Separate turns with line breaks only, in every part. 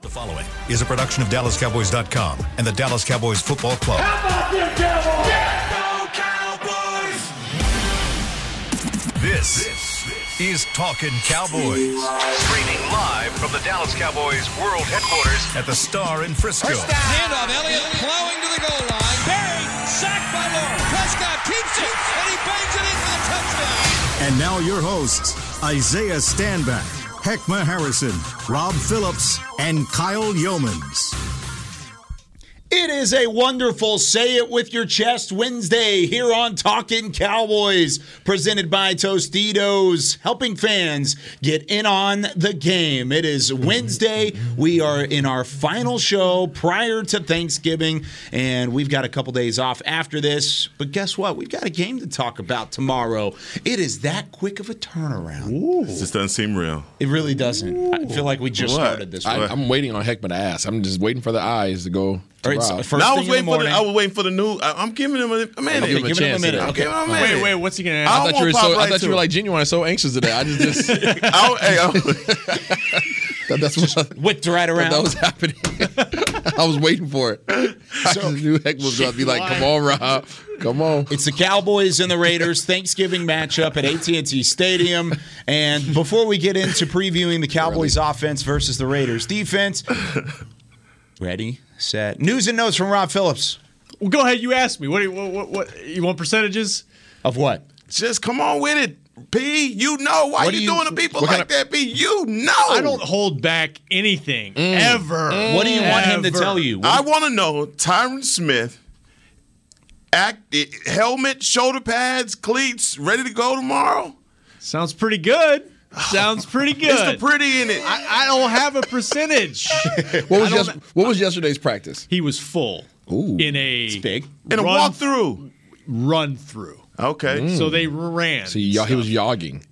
The following is a production of DallasCowboys.com and the Dallas Cowboys Football Club. This, is Talking Cowboys. Streaming live from the Dallas Cowboys World Headquarters at the Star in Frisco.
Handoff, Elliott plowing to the goal line. Buried, sacked by Lord. Prescott keeps it, and he bangs it in for the touchdown.
And now your hosts, Isaiah Standback, Heckma Harrison, Rob Phillips, and Kyle Yeomans.
It is a wonderful Say It With Your Chest Wednesday here on Talking Cowboys, presented by Tostitos, helping fans get in on the game. It is Wednesday. We are in our final show prior to Thanksgiving, and we've got a couple days off after this. But guess what? We've got a game to talk about tomorrow. It is that quick of a turnaround.
This doesn't seem real.
It really doesn't. I feel like we just
What?
started this.
I,
one.
I'm waiting on Heckman to ask. I'm just waiting for the eyes to go. To
All right, so
Rob.
first
I
thing
was
in
waiting
the
for the,
morning-
I was waiting for the new. I, I'm giving him a, a minute.
giving him
Give him a
chance
minute.
to-
Okay.
Give him a
Wait,
minute.
wait, what's he gonna
I
ask?
don't
I thought you
want
were
to pop
so. I
right
thought
to
you were
it.
like genuine. and so anxious today. I just, just
I don't- hey, I'm-
that, that's what I,
whipped right around.
that was happening. I was waiting for it. I just knew Heckman was going to be like, "Come on, Rob, come on."
It's the Cowboys and the Raiders Thanksgiving matchup at AT&T Stadium. And before we get into previewing the Cowboys offense versus the Raiders defense, ready, set, news and notes from Rob Phillips.
Well, go ahead. You ask me. What, do you- what? What? What? You want percentages?
Of what?
just come on with it, P. You know why
What
you,
do you-
doing to people
what
like
kind
that, P. You know.
I don't hold back anything
Mm.
ever.
What do you want him to
Ever.
tell you?
I want to know Tyron Smith. Act helmet, shoulder pads, cleats, ready to go tomorrow.
Sounds pretty good. Sounds pretty good.
It's the pretty in it.
I, I don't have a percentage.
What was yes, what was yesterday's practice?
he was full
Ooh.
in a
It's big.
in a
run-
walkthrough. Hmm.
run through.
Okay.
So they ran.
So y'all, he was yogging.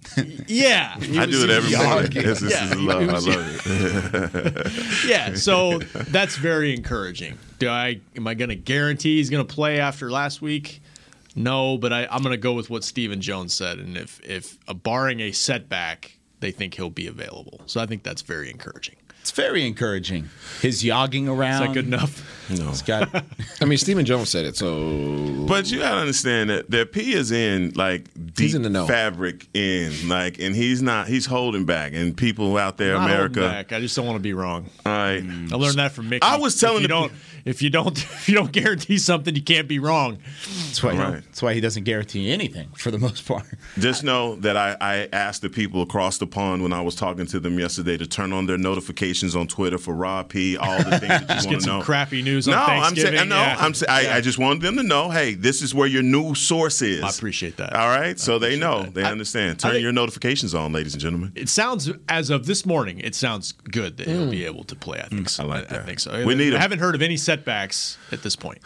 yeah.
I do it every morning.
Yeah.
This, this
Yeah.
is love. I love it.
yeah, so that's very encouraging. Do I am I going to guarantee he's going to play after last week? No, but I, I'm going to go with what Stephen Jones said, and if if uh, barring a setback, they think he'll be available. So I think that's very encouraging.
It's very encouraging. His yogging around.
Is that good enough?
No.
It's got-
I mean, Stephen Jones said it. So
But you gotta understand that that P is in like deep
in the know.
fabric in like, and he's not. He's holding back, and people out there,
Not holding
America.
back. Mm. I just don't want to be wrong.
All right,
I learned that from Mickey.
I was telling
if you
the-
don't if you don't if you don't guarantee something, you can't be wrong.
that's, why
Right.
that's why he doesn't guarantee anything for the most part.
just know that I, I asked the people across the pond when I was talking to them yesterday to turn on their notifications on Twitter for Rob P. All the things that you want to
Get some
know.
crappy news
no,
on
I'm
Thanksgiving.
saying no.
Yeah.
I'm sa- I, I just wanted them to know. Hey, this is where your new source is.
I appreciate that.
All right, so they know, they
I-
understand.
I
Turn
think-
your notifications on, ladies and gentlemen.
it sounds as of this morning, it sounds good that he'll be able to play. I think so.
Hmm. I like that.
I think so.
We need
I
him.
haven't heard of any setbacks at this point.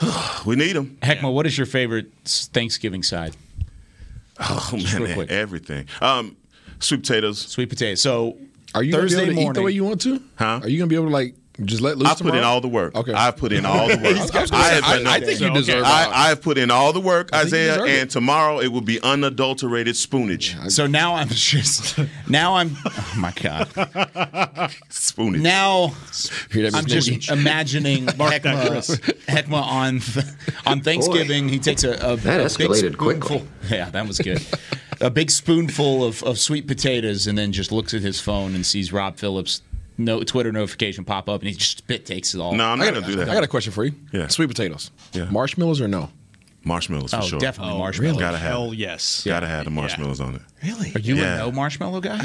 We need them.
Heckma, what is your favorite Thanksgiving side?
Oh man,
real quick.
everything. Um, sweet potatoes.
Sweet potato. So
are you gonna be
Thursday
able to eat the
morning.
way you want to?
Huh?
Are you gonna be able to like just let loose?
I put in all the work.
Okay.
I put in all the work.
I, was gonna
I
say,
have
I-
been-
I think you
Okay.
deserve.
I,
out.
I have put in all the work,
think you
Isaiah,
deserve
and
it.
tomorrow it will be unadulterated spoonage.
So now I'm just now I'm oh my god.
Spoonage.
Now
Hear that, Miss
I'm just
Nikki?
imagining Heckma, Heckma on on Thanksgiving. He takes a, a
That
a
escalated
big
quickly.
spoonful. Yeah, that was good. a big spoonful of, of sweet potatoes, and then just looks at his phone and sees Rob Phillips. No Twitter notification pop up, and he just spit takes it all.
no, I'm
I
not
got,
gonna do
I got a
that.
question for you.
Yeah.
Sweet potatoes.
Yeah.
Marshmallows or no?
Marshmallows for
oh,
sure.
definitely marshmallow.
Gotta have.
Hell
it.
yes.
Gotta have the marshmallows on it.
Really?
Are you
Yeah. Uh,
a no marshmallow guy?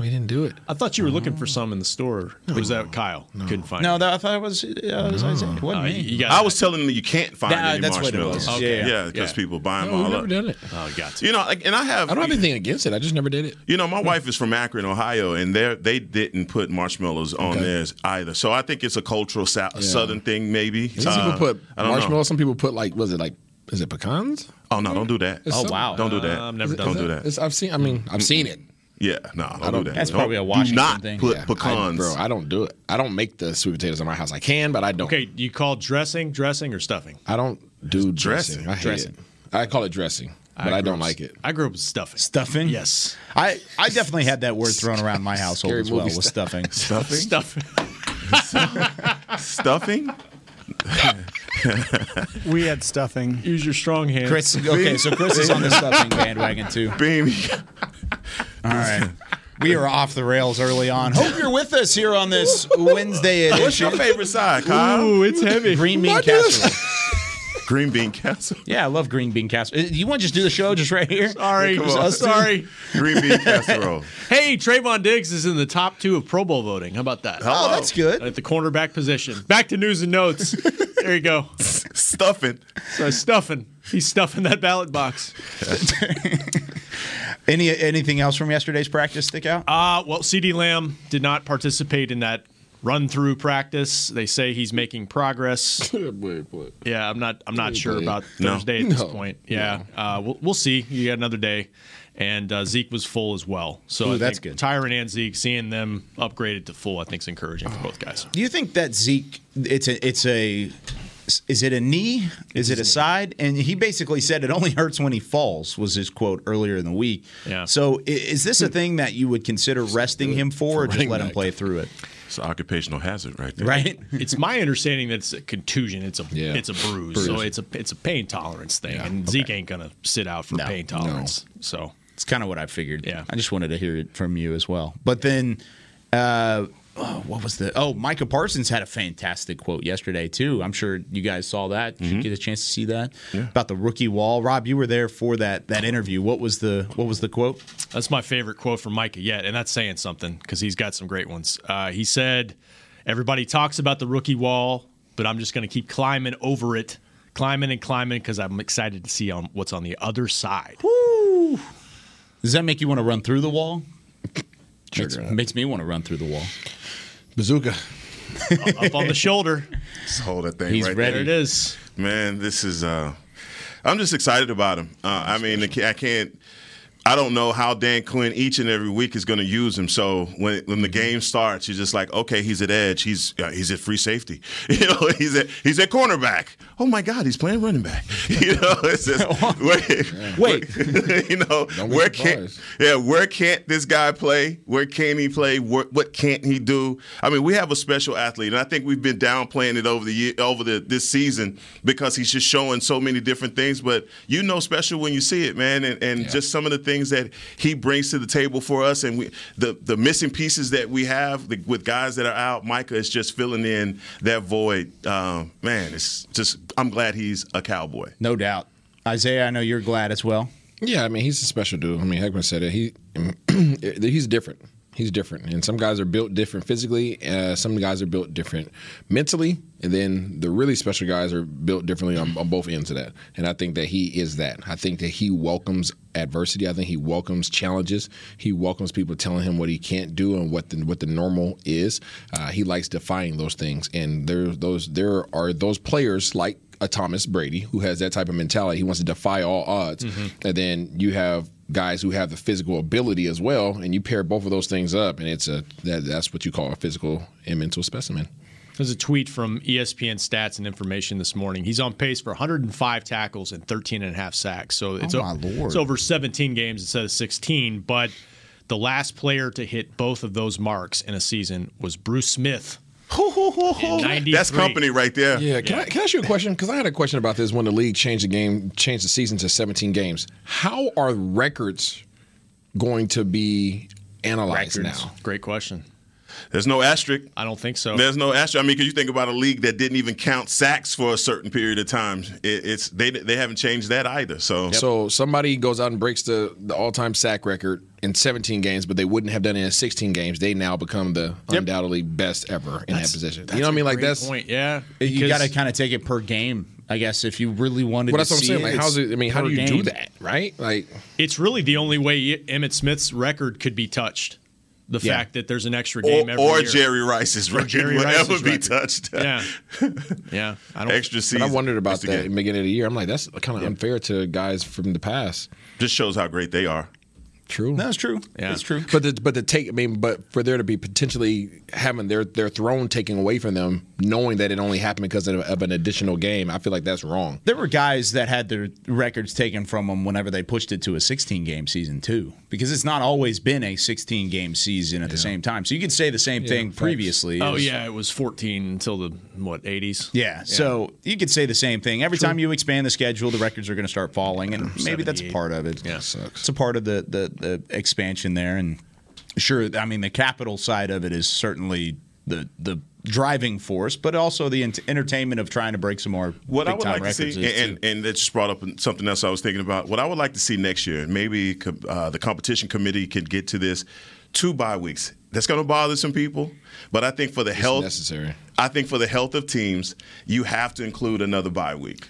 We didn't do it.
I thought you were looking for some in the store. Was that Kyle? Couldn't find.
No,
it.
that, I thought it was, uh, it was Isaiah. It
Uh,
wasn't me.
you got.
I was telling them you can't find
That-
any
that's what it
marshmallows.
was. Okay.
Yeah, because
Yeah.
people buy them
No, we've
all
never
up.
done it.
Oh, got to.
You know, like, and I have.
I don't have anything against it. I just never did it.
You know, my wife is from Akron, Ohio, and they they didn't put marshmallows on theirs either. So I think it's a cultural sou- Southern thing, maybe.
Some
Uh,
people put
I don't know.
marshmallows. Some people put like, was it like, is it pecans?
Oh no, don't do that.
It's
oh
some-
wow.
don't do that.
I've never
don't
done
do
that.
that.
It's- I've seen. I mean, I've seen it.
yeah, no, don't, do that.
That's
Don't-
probably a
do
Washington
not
thing.
Put
Yeah, I-
pecans.
bro. I don't do it. I don't make the sweet potatoes in my house. I can, but I don't.
Okay, do you call dressing dressing or stuffing?
I don't do dressing.
dressing.
I hate
Dressing.
it. I call it dressing, but
grew
I, don't
up-
like it.
I grew up with stuffing.
Stuffing?
Yes.
I, I definitely had that word thrown around my household
Scary
as well
movie
was stuffing.
Stuffing?
Stuffing.
Stuffing?
We had stuffing.
Use your strong hand.
Chris, okay, so Chris is on the stuffing bandwagon too.
Beam.
All right. We are off the rails early on. Hope you're with us here on this Wednesday
What's
edition.
your favorite side, Kyle?
Ooh, it's heavy.
Green bean casserole.
Green bean casserole.
Yeah, I love green bean casserole. Uh, You want to just do the show just right here?
Sorry,
Come on.
sorry.
Green bean casserole.
Hey, Trayvon Diggs is in the top two of Pro Bowl voting. How about that?
Oh, that's good.
At the cornerback position. Back to news and notes. there you go.
Stuffing.
So stuffing. He's stuffing that ballot box.
Any anything else from yesterday's practice stick out?
Uh, well, CD Lamb did not participate in that run through practice. They say he's making progress. Yeah, I'm not. I'm not sure about
No.
Thursday at this
No.
point. Yeah, uh, we'll, we'll see. You got another day, and uh, Zeke was full as well. So
Ooh,
I
that's
think
good.
Tyron and Zeke seeing them upgraded to full, I think is encouraging for both guys.
Do you think that Zeke? It's a. It's a. Is it a knee? Is it a side? And he basically said it only hurts when he falls. Was his quote earlier in the week.
Yeah.
So i- is this a thing that you would consider resting him for, or just
running
let him
back.
play through it?
It's an occupational hazard right there.
Right.
It's my understanding that it's a contusion. It's a
Yeah.
it's a bruise. So it's a it's a pain tolerance thing, and Zeke ain't gonna sit out for
No.
pain
No.
tolerance. So
It's kind of what I figured.
Yeah.
I just wanted to hear it from you as well. But then, uh, oh, what was the? Oh, Micah Parsons had a fantastic quote yesterday too. I'm sure you guys saw that. Did you get a chance to see that about the rookie wall? Rob, you were there for that that interview. What was the What was the quote?
That's my favorite quote from Micah yet, and that's saying something because he's got some great ones. Uh, he said, "Everybody talks about the rookie wall, but I'm just going to keep climbing over it, climbing and climbing because I'm excited to see on what's on the other side."
Does that make you want to run through the wall? Makes, makes me want to run through the wall.
Bazooka.
Up on the shoulder,
Just hold that thing
He's
right
ready.
there it is.
there. Man, this is. uh I'm just excited about him. Uh, I mean, I can't- I can't. I don't know how Dan Quinn each and every week is going to use him. So when when the game starts, you're just like, okay, he's at edge, he's uh, he's at free safety, you know, he's at he's at cornerback. Oh my God, he's playing running back. You know, it's just wait, wait. you know,
be
where can't
surprised.
yeah, where can't this guy play? Where can he play? What, what can't he do? I mean, we have a special athlete, and I think we've been downplaying it over the year, over the this season because he's just showing so many different things. But you know, special when you see it, man, and, and just some of the things that he brings to the table for us, and we, the the missing pieces that we have the, with guys that are out. Micah is just filling in that void. Um, man, it's just I'm glad he's a cowboy.
No doubt. Isaiah, I know you're glad as well.
Yeah, I mean, he's a special dude. I mean, Heckman said it. He he's different. He's different, and some guys are built different physically. Uh, some guys are built different mentally, and then the really special guys are built differently on, on both ends of that. And I think that he is that. I think that he welcomes adversity. I think he welcomes challenges. He welcomes people telling him what he can't do and what the what the normal is. Uh, he likes defying those things, and there those there are those players like a Thomas Brady who has that type of mentality. He wants to defy all odds. And then you have guys who have the physical ability as well, and you pair both of those things up, and it's a that, that's what you call a physical and mental specimen.
There's a tweet from E ESPN Stats and Information this morning. He's on pace for 105 tackles and 13 and a half sacks. So it's,
Oh,
o-
my Lord.
it's over 17 games instead of 16. But the last player to hit both of those marks in a season was Bruce Smith. in 93.
That's company right there.
Yeah, can, I, can I ask you a question? Because I had a question about this when the league changed the game, changed the season to 17 games. How are records going to be analyzed now?
Great question.
There's no asterisk.
I don't think so.
There's no astro. I mean, because you think about a league that didn't even count sacks for a certain period of time. It, it's they they haven't changed that either. So,
So somebody goes out and breaks the, the all-time sack record in 17 games, but they wouldn't have done it in 16 games. They now become the undoubtedly best ever in that position. You know what I mean? Like
Great
that's
point. Yeah.
You
because-
got to kind of take it per game, I guess, if you really wanted
well,
to
that's what I'm
see
saying. Like,
it,
how's
it's
it? I mean, how
per
do you do
game.
that? Right? Like,
It's really the only way Emmett Smith's record could be touched. The
Yeah.
fact that there's an extra game
or,
every
or
year.
Jerry Rice's record
Jerry
would
Rice's
ever be
record.
touched.
Yeah. Yeah. I don't
Extra
but
season.
I wondered about
extra
that in
game.
the beginning of the year. I'm like, that's kind of unfair to guys from the past.
Just shows how great they are.
True.
That's true.
Yeah.
That's true.
But the, but the take, I mean, but for there to be potentially having their their throne taken away from them knowing that it only happened because of, of an additional game, I feel like that's wrong.
There were guys that had their records taken from them whenever they pushed it to a 16 game season too, because it's not always been a 16 game season at the same time. So you could say the same thing
facts.
previously.
Oh
It was-
yeah, it was 14 until the what 80s.
Yeah, so you could say the same thing. Every time you expand the schedule, the records are going to start falling, and maybe that's a
78.
part of it. Yeah,
sucks.
It's a part of the, the the expansion there, and sure, I mean the capital side of it is certainly the the driving force, but also the ent- entertainment of trying to break some more
What
big
I would
time
like to
records.
see,
is,
and,
too.
and, and that just brought up something else I was thinking about. What I would like to see next year, and maybe co- uh, the competition committee could get to this, two bye weeks. That's going to bother some people, but I think for the health,
necessary.
I think for the health of teams, you have to include another bye week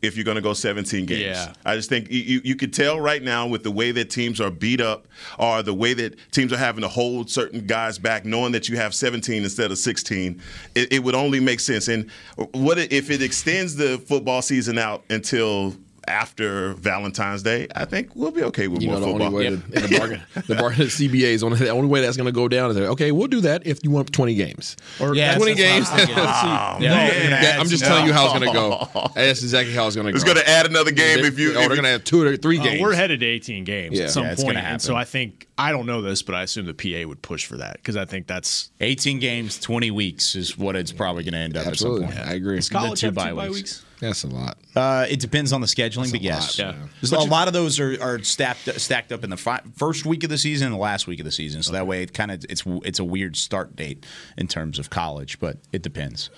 if you're going to go 17 games.
Yeah.
I just think you, you, you could tell right now with the way that teams are beat up or the way that teams are having to hold certain guys back, knowing that you have 17 instead of 16, it, it would only make sense. And what i- if it extends the football season out until after Valentine's Day? I think we'll be okay with
You
more
know, the
football.
only way the, the bargain, the bargain, the CBA is only the only way that's going to go down is that, okay, we'll do that if you want 20 games.
Or
Yeah, that's
20
what I was
games.
thinking.
Let's see.
Yeah,
Oh,
No,
you're gonna
that-
add
I'm just
some-
telling you how it's going to go. That's exactly how it's going to go.
It's going to add another game if you.
Oh,
if
they're
you-
going to have two or three
Uh,
games.
we're headed to 18 games
Yeah.
at some
Yeah, it's
point,
gonna
and so
happen.
I think I don't know this, but I assume the PA would push for that because I think that's
18 games, 20 weeks is what it's probably going to end up
Absolutely,
at some point.
I agree.
college
two
have
bye
two bye
weeks.
weeks.
That's a lot.
Uh, it depends on the scheduling, but
a
yes.
lot,
yeah.
There's a lot of those are, are stacked stacked up in the fi- first week of the season and the last week of the season, so that way it kind of it's it's a weird start date in terms of college, but it depends.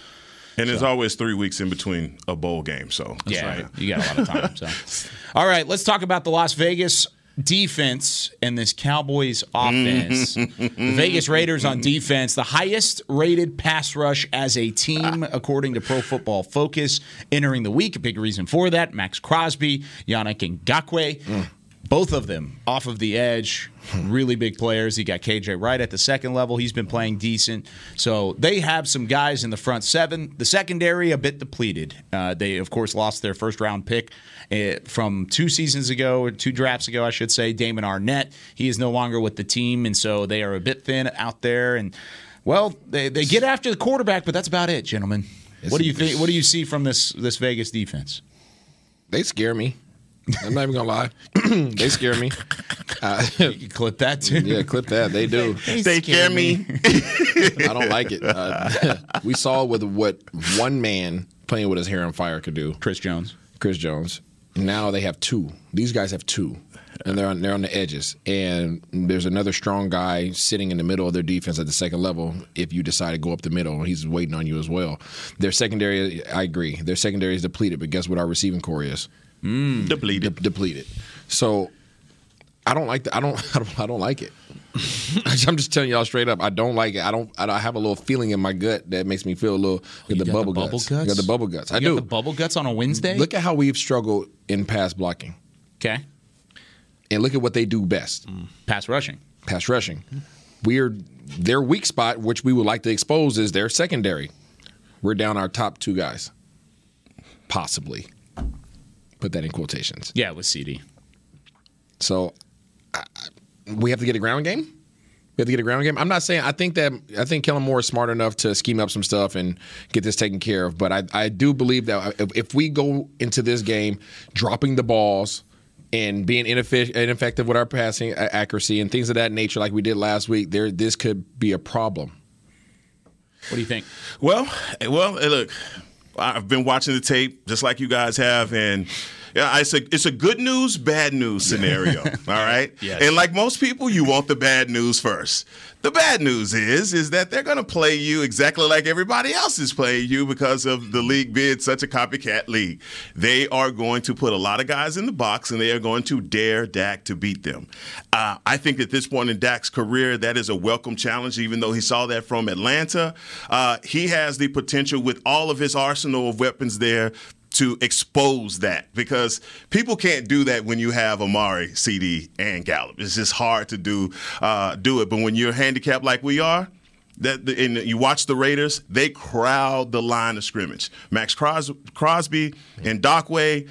and there's always three weeks in between a bowl game. So
yeah, you got a lot of time. So, all right, let's talk about the Las Vegas defense and this Cowboys offense. the Vegas Raiders on defense, the highest rated pass rush as a team, according to Pro Football Focus, entering the week. A big reason for that: Max Crosby, Yannick Ngakwe. Both of them off of the edge, really big players. You got KJ Wright at the second level. He's been playing decent. So they have some guys in the front seven. The secondary, a bit depleted. Uh, they, of course, lost their first round pick eh, from two seasons ago, or two drafts ago, I should say, Damon Arnett. He is no longer with the team. And so they are a bit thin out there. And, well, they, they get after the quarterback, but that's about it, gentlemen. What do you think? What do you see from this this Vegas defense?
They scare me. I'm not even gonna lie. they scare me.
You can clip that too.
Yeah, clip that. They do.
They scare me.
I don't like it. Uh, we saw with what one man playing with his hair on fire could do.
Chris Jones.
Chris Jones. Now they have two. These guys have two, and they're on, they're on the edges. And there's another strong guy sitting in the middle of their defense at the second level. If you decide to go up the middle, he's waiting on you as well. Their secondary, I agree. Their secondary is depleted, but guess what? Our receiving core is
Depleted.
de- depleted. So I don't like. The, I don't. I don't. I don't like it. I'm just telling y'all straight up. I don't like it. I don't. I don't- I have a little feeling in my gut that makes me feel a little. Get the
got
bubble,
the bubble
guts. I got
guts?
the bubble guts. I
You got
do.
the bubble guts on a Wednesday.
Look at how we've struggled in pass blocking,
okay,
and look at what they do best:
pass rushing.
pass rushing. We're their weak spot, which we would like to expose, is their secondary. We're down our top two guys, possibly. Put that in quotations.
Yeah, with CD.
So I, I, we have to get a ground game. We have to get a ground game. I'm not saying I think that I think Kellen Moore is smart enough to scheme up some stuff and get this taken care of. But I, I do believe that if, if we go into this game dropping the balls and being ineffic- ineffective with our passing a- accuracy and things of that nature, like we did last week, there this could be a problem.
What do you think?
Well, well, eh, look, I've been watching the tape just like you guys have, and yeah, it's a it's a good news, bad news scenario. all right,
Yes.
and like most people, you want the bad news first. The bad news is is that they're going to play you exactly like everybody else is playing you because of the league being such a copycat league. They are going to put a lot of guys in the box, and they are going to dare Dak to beat them. Uh, I think at this point in Dak's career, that is a welcome challenge, even though he saw that from Atlanta. Uh, he has the potential with all of his arsenal of weapons there to expose that because people can't do that when you have Amari, CD, and Gallup. It's just hard to do uh, do it. But when you're handicapped like we are, that the, and you watch the Raiders, they crowd the line of scrimmage. Max Cros- Crosby and Dockway.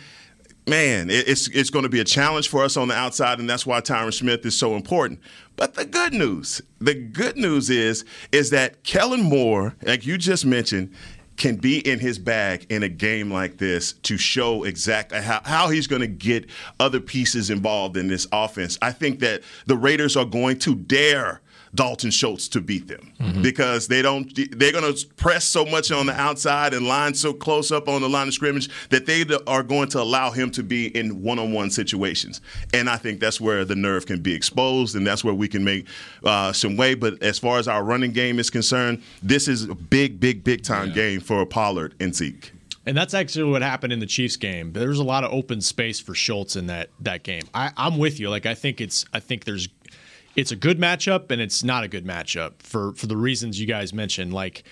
Man, it- it's it's going to be a challenge for us on the outside, and that's why Tyron Smith is so important. But the good news, the good news is, is that Kellen Moore, like you just mentioned, can be in his bag in a game like this to show exactly how, how he's going to get other pieces involved in this offense. I think that the Raiders are going to dare Dalton Schultz to beat them because they don't they're going to press so much on the outside and line so close up on the line of scrimmage that they are going to allow him to be in one-on-one situations and I think that's where the nerve can be exposed and that's where we can make uh, some way but as far as our running game is concerned this is a big big big time game for Pollard and Zeke
And that's actually what happened in the Chiefs game. There's a lot of open space for Schultz in that that game. I, I'm with you. Like I think it's I think there's it's a good matchup and it's not a good matchup for for the reasons you guys mentioned. Like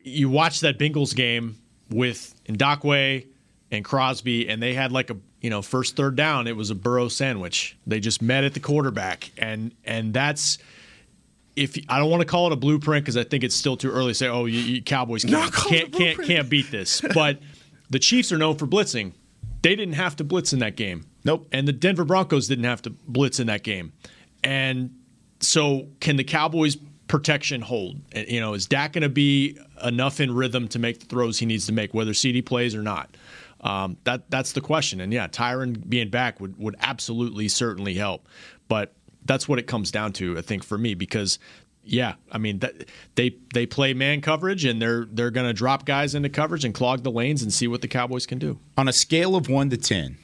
you watch that Bengals game with Ndakwe and Crosby, and they had like a you know first third down. It was a Burrow sandwich. They just met at the quarterback, and and that's. If, I don't want to call it a blueprint because I think it's still too early to say, oh, you, you Cowboys can't
call it a
can't, can't can't beat this. But the Chiefs are known for blitzing. They didn't have to blitz in that game.
Nope.
And the Denver Broncos didn't have to blitz in that game. And so, can the Cowboys' protection hold? Uh, You know, is Dak going to be enough in rhythm to make the throws he needs to make, whether CD plays or not? Um, that that's the question. And yeah, Tyron being back would would absolutely certainly help. But that's what it comes down to, I think, for me because. Yeah, I mean that, they they play man coverage and they're they're going to drop guys into coverage and clog the lanes and see what the Cowboys can do.
On a scale of one to ten,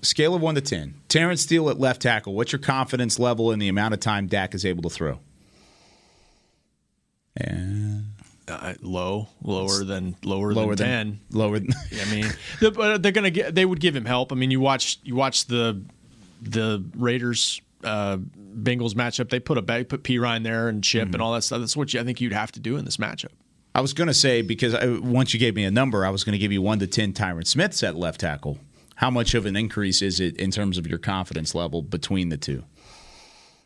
scale of one to ten, Terrence Steele at left tackle. What's your confidence level in the amount of time Dak is able to throw?
Uh, low, lower than lower,
Lower
than
than
ten.
lower than
I mean, the- but they're gonna get. They would give him help. I mean, you watch you watch the the Raiders uh, Bengals matchup. They put a they put P Ryan there and Chip and all that stuff. That's what you, I think you'd have to do in this matchup.
I was going to say because I, once you gave me a number, I was going to give you one to ten. Tyron Smith's at left tackle. How much of an increase is it in terms of your confidence level between the two?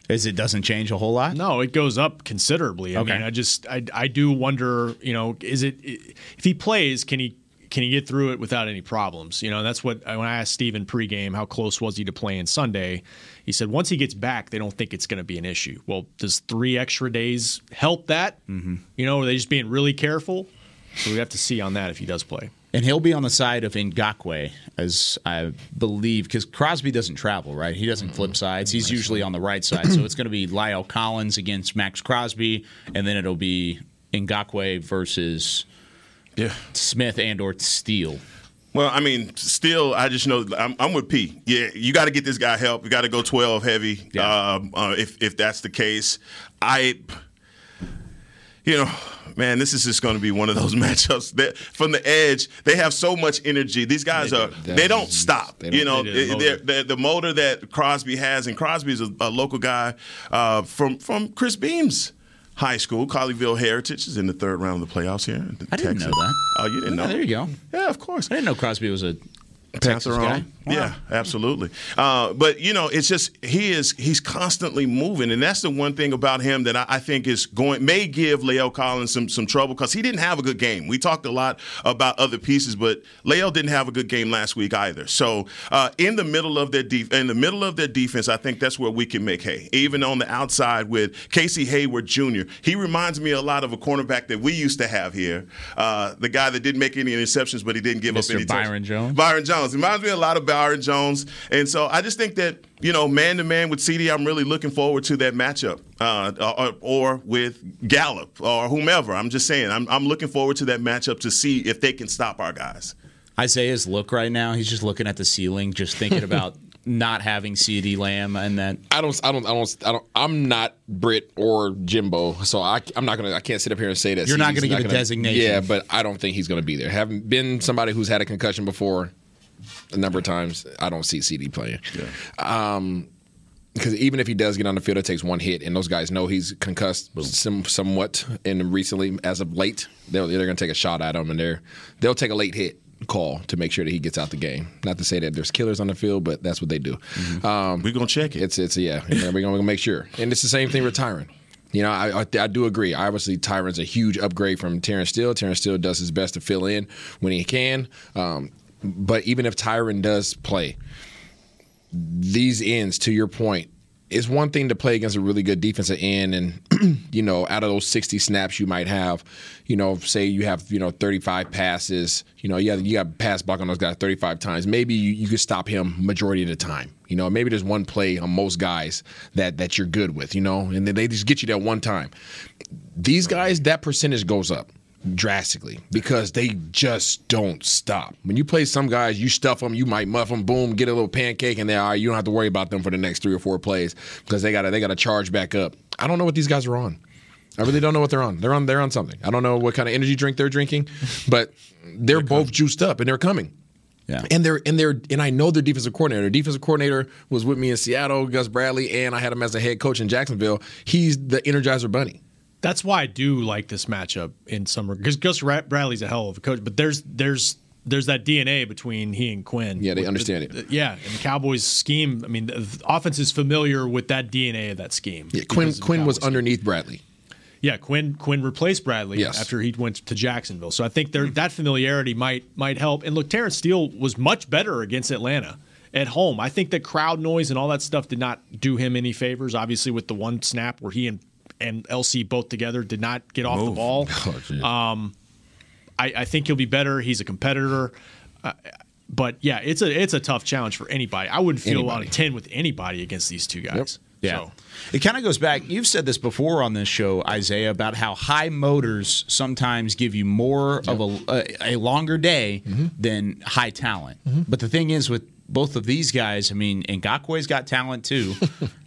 Is it doesn't change a whole lot?
No, it goes up considerably. I
Okay.
mean, I just I, I do wonder, you know, is it if he plays, can he can he get through it without any problems? You know, that's what when I asked Steven pregame how close was he to playing Sunday, he said once he gets back, they don't think it's going to be an issue. Well, does three extra days help that? Mm-hmm. You know, are they just being really careful? So we have to see on that if he does play.
And he'll be on the side of Ngakwe, as I believe, because Crosby doesn't travel, right? He doesn't flip sides. He's usually on the right side. So it's going to be Lyle Collins against Max Crosby, and then it'll be Ngakwe versus
yeah
Smith and or Steele.
Well, I mean, still, I just know I'm, I'm with P. Yeah, you got to get this guy help. You got to go 12 heavy,
Yeah.
um, uh, if if that's the case. I, you know, man, this is just going to be one of those matchups that from the edge they have so much energy. These guys
They do.
are
That
they don't
is-
stop.
they
you know,
don't-
they do.
they- they're- they're- the motor that Crosby has, and Crosby's a, a local guy uh, from from Chris Beams. High school, Colleyville Heritage is in the third round of the playoffs here. In
I didn't know
Texas.
that.
Oh, you didn't know?
there you go.
Yeah, of course.
I didn't know Crosby was a
Panther
Texas
on.
guy. Wow.
Yeah, absolutely. Uh, but you know, it's just he is he's constantly moving, and that's the one thing about him that I, I think is going may give Lael Collins some some trouble because he didn't have a good game. We talked a lot about other pieces, but Lael didn't have a good game last week either. So uh, in the middle of their def- in the middle of their defense, I think that's where we can make hay. Even on the outside with Casey Hayward Jr., he reminds me a lot of a cornerback that we used to have here, uh, the guy that didn't make any interceptions, but he didn't give
Mr.
up any touch-
Byron Jones?
Byron Jones. Reminds me a lot of Byron Jones. And so I just think that, you know, man to man with CD, I'm really looking forward to that matchup. Uh, or, or with Gallup or whomever. I'm just saying, I'm, I'm looking forward to that matchup to see if they can stop our guys.
Isaiah's look right now. He's just looking at the ceiling, just thinking about not having CD Lamb and that.
I don't, I don't, I don't, I don't. I'm not Brit or Jimbo, so I, I'm not gonna. I can't sit up here and say that
You're not
CD's
gonna give a designation.
Yeah, but I don't think he's gonna be there. Having been somebody who's had a concussion before a number of times, I don't see CD playing. Um, because even if he does get on the field, it takes one hit, and those guys know he's concussed some, somewhat. And recently, as of late, they're, they're going to take a shot at him, and they're they'll take a late hit call to make sure that he gets out the game. Not to say that there's killers on the field, but that's what they do.
Mm-hmm.
Um,
We're going to check it.
it's it's yeah. yeah, We're gonna make sure, and it's the same thing with Tyron. You know, I, I I do agree. Obviously, Tyron's a huge upgrade from Terrence Steele. Terrence Steele does his best to fill in when he can. Um, but even if Tyron does play, these ends, to your point, it's one thing to play against a really good defensive end and you know out of those 60 snaps you might have you know say you have you know 35 passes you know you, have, you got pass block on those guys 35 times maybe you, you could stop him majority of the time you know maybe there's one play on most guys that that you're good with you know and then they just get you that one time these guys that percentage goes up drastically because they just don't stop. When you play some guys, you stuff them, you might muff them, boom, get a little pancake, and then all right, you don't have to worry about them for the next three or four plays because they got to they got to charge back up. I don't know what these guys are on. I really don't know what they're on. They're on they're on something. I don't know what kind of energy drink they're drinking, but they're, both juiced up and they're coming.
Yeah.
And they're and they're and I know their defensive coordinator. Their defensive coordinator was with me in Seattle, Gus Bradley, and I had him as a head coach in Jacksonville. He's the Energizer Bunny.
That's why I do like this matchup in some regard because Gus Ra- Bradley's a hell of a coach, but there's there's there's that DNA between he and Quinn.
Yeah, they
With
understand
the-
it.
the- yeah, and the Cowboys scheme. I mean, the- the offense is familiar with that DNA of that scheme.
Yeah, Quinn
because of the
Quinn was
Cowboys.
underneath Bradley.
Yeah, Quinn Quinn replaced Bradley
Yes.
after he went to Jacksonville. So I think there, that familiarity might might help. And look, Terrence Steele was much better against Atlanta at home. I think the crowd noise and all that stuff did not do him any favors. Obviously, with the one snap where he and and LC both together did not get off the ball.
Oh,
Um, I, I think he'll be better. He's a competitor. Uh, but yeah, it's a it's a tough challenge for anybody. I wouldn't feel out
Anybody.
of ten with anybody against these two guys.
Yeah.
So.
It kind of goes back. You've said this before on this show, Isaiah, about how high motors sometimes give you more of a, a, a longer day than high talent. But the thing is, with both of these guys, I mean, Ngakwe's got talent too,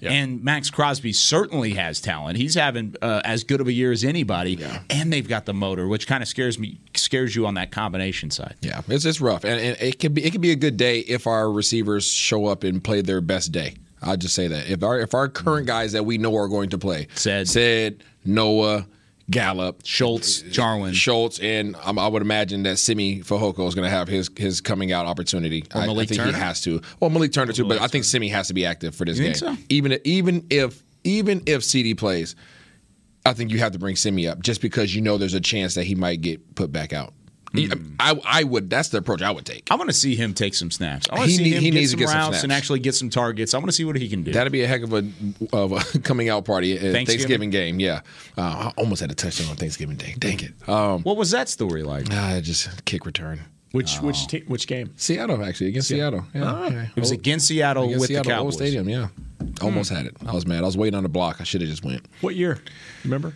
and Max Crosby certainly has talent. He's having uh, as good of a year as anybody, and they've got the motor, which kind of scares me, scares you on that combination side.
Yeah, it's it's rough, and, and it could be it could be a good day if our receivers show up and play their best day. I'll just say that if our if our current guys that we know are going to play
Said.
Mm. said Noah Gallup
Uh, Schultz, Jarwin,
Schultz and um, I would imagine that Simi Fajoko is going to have his his coming out opportunity. I, I
Malik
think
Turner?
he has to. Well, Malik Turner too, but I think Simi has to be active for this
You
game.
think so?
Even even if even if CD plays, I think you have to bring Simi up just because you know there's a chance that he might get put back out.
Hmm.
I I would that's the approach I would take.
I want to see him take some snaps. I want to
He
see
need-
him
he
get
needs to
some
get some
routes and
snaps.
actually get some targets. I want to see what he can do.
That'd be a heck of a of a coming out party at
Thanksgiving?
Thanksgiving, game. Yeah, uh, I almost had a touchdown on Thanksgiving Day. Dang it! Um,
what was that story like?
I just kick return.
Which
Oh.
which te- which game?
Seattle actually against Seattle. Yeah, yeah.
It was against Seattle
Oh, against
with
Seattle
the
Oval
Cowboys.
Stadium. Yeah, almost had it. I was mad. I was waiting on the block. I should have just went.
What year? Remember?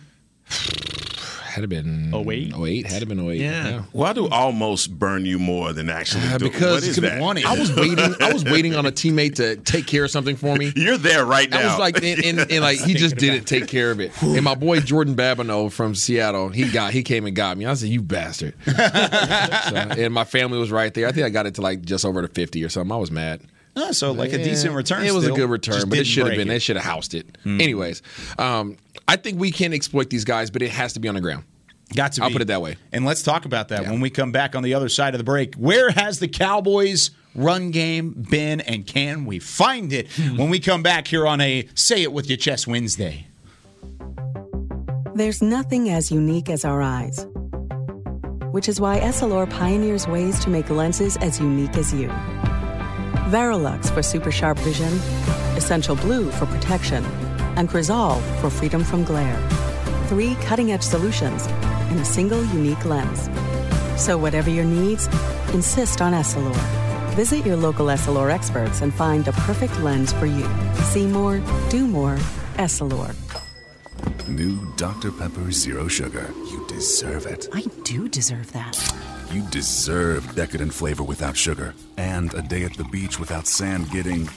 Had it been
08?
08? Had it been 08.
Yeah.
Why do almost burn you more than actually
Uh,
do?
because
what is
it could be
that?
wanted.
I was waiting. I was waiting on a teammate to take care of something for me.
You're there right
I
now.
was like, and, and, and like he just didn't take care of it. And my boy Jordan Babineau from Seattle, he got he came and got me. I said, "You bastard!" So, and my family was right there. I think I got it to like just over to fifty or something. I was mad.
Oh, so like a decent
Yeah,
return.
It was
still.
a good return,
Just
but it
didn't
should have
break
been.
it.
They
Hmm.
should have housed it. Anyways, um, I think we can exploit these guys, but it has to be on the ground.
Got to.
I'll
be.
put it that way.
And let's talk about that when we come back on the other side of the break. Where has the Cowboys? Run game been and can we find it
Hmm.
when we come back here on a Say It With Your Chest Wednesday?
There's nothing as unique as our eyes, which is why Essilor pioneers ways to make lenses as unique as you. Verilux for super sharp vision, Essential Blue for protection, and Crizal for freedom from glare. Three cutting edge solutions in a single unique lens. So, whatever your needs, insist on Essilor. Visit your local Essilor experts and find the perfect lens for you. See more, do more, Essilor.
New Dr. Pepper Zero Sugar. You deserve it.
I do deserve that.
You deserve decadent flavor without sugar, and a day at the beach without sand getting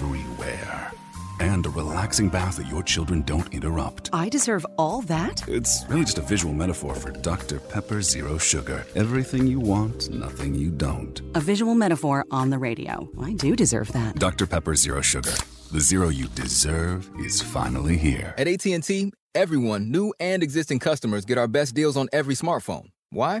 everywhere, and a relaxing bath that your children don't interrupt.
I deserve all that?
It's really just a visual metaphor for Dr. Pepper Zero Sugar. Everything you want, nothing you don't.
A visual metaphor on the radio. I do deserve that.
Dr. Pepper Zero Sugar. The zero you deserve is finally here.
At AT&T, everyone, new and existing customers, get our best deals on every smartphone. Why?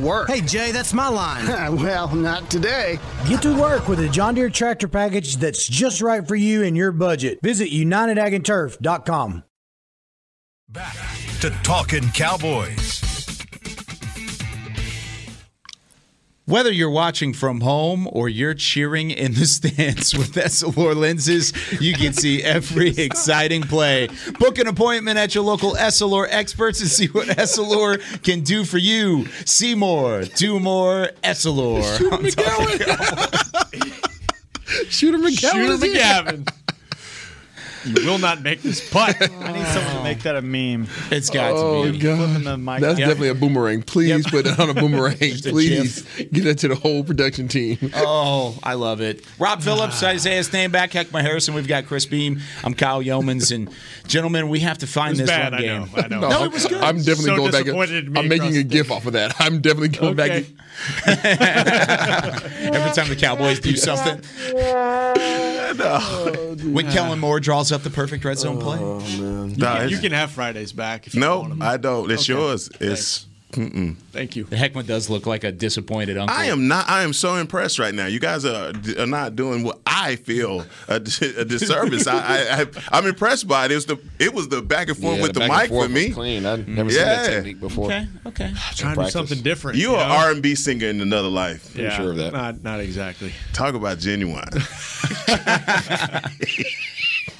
work.
Hey, Jay, that's my line.
well, not today.
Get to work with a John Deere tractor package that's just right for you and your budget. Visit UnitedAgAndTurf.com.
Back to Talking Cowboys.
Whether you're watching from home or you're cheering in the stands with Essilor lenses, you can see every exciting play. Book an appointment at your local Essilor experts and see what Essilor can do for you. See more, do more, Essilor.
Shooter McGowan. Shooter McGowan.
Shooter McGavin. You will not make this putt.
I need someone to make that a meme.
It's got
oh,
to be.
God. That's yep. definitely a boomerang. Please yep. put it on a boomerang. Please a get that to the whole production team.
Oh, I love it. Rob
Ah.
Phillips, Isaiah Standback, Heckma Harrison. We've got Chris Beam. I'm Kyle Yeomans. And gentlemen, we have to find this
bad,
one
I
game.
Know, I know. no,
it was good. I'm definitely so going back. I'm making a gif off of that. I'm definitely going okay.
back. Every time the Cowboys do something.
Oh,
no. When Kellen Moore draws up the perfect red zone play. Oh,
you, nah, can, you, can, have Fridays back. If you
no,
want them.
I don't. It's okay. yours. It's.
Thank you.
The Heckman does look like a disappointed uncle.
I am not. I am so impressed right now. You guys are, are not doing what I feel a, a disservice. I, am I'm impressed by it. It was the it was the back and forth yeah, with the, the mic for me.
Clean. I've never yeah. seen that technique before.
Okay. Okay.
Trying to do something different.
You, you are know? R&B singer in another life.
Yeah, I'm sure of that.
Not not exactly.
Talk about genuine.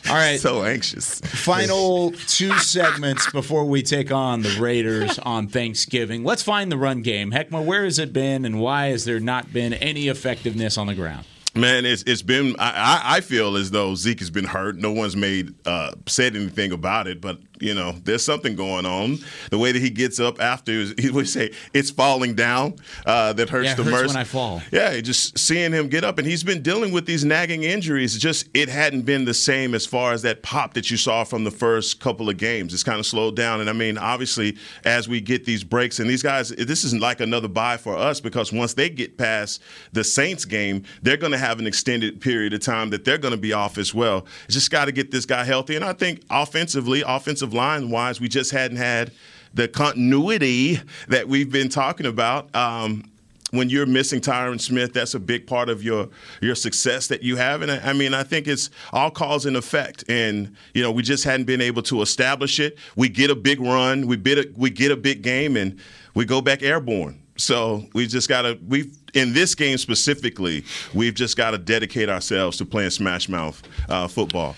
All right.
So anxious.
Final two segments before we take on the Raiders on Thanksgiving. Let's find the run game. Heckma, where has it been and why has there not been any effectiveness on the ground?
Man, it's it's been. I, I feel as though Zeke has been hurt. No one's made uh, said anything about it, but you know there's something going on. The way that he gets up after he would say it's falling down uh, that hurts
yeah,
the
hurts
mercy.
when I fall.
Yeah, just seeing him get up, and he's been dealing with these nagging injuries. Just it hadn't been the same as far as that pop that you saw from the first couple of games. It's kind of slowed down, and I mean obviously as we get these breaks and these guys, this isn't like another buy for us because once they get past the Saints game, they're going to have an extended period of time that they're going to be off as well. Just got to get this guy healthy. And I think offensively, offensive line wise, we just hadn't had the continuity that we've been talking about. Um, when you're missing Tyron Smith, that's a big part of your your success that you have. And I, I, mean, I think it's all cause and effect. And you know, we just hadn't been able to establish it. We get a big run, we bit a, we get a big game, and we go back airborne. So we just gotta we in this game specifically, we've just got to dedicate ourselves to playing smash mouth uh, football.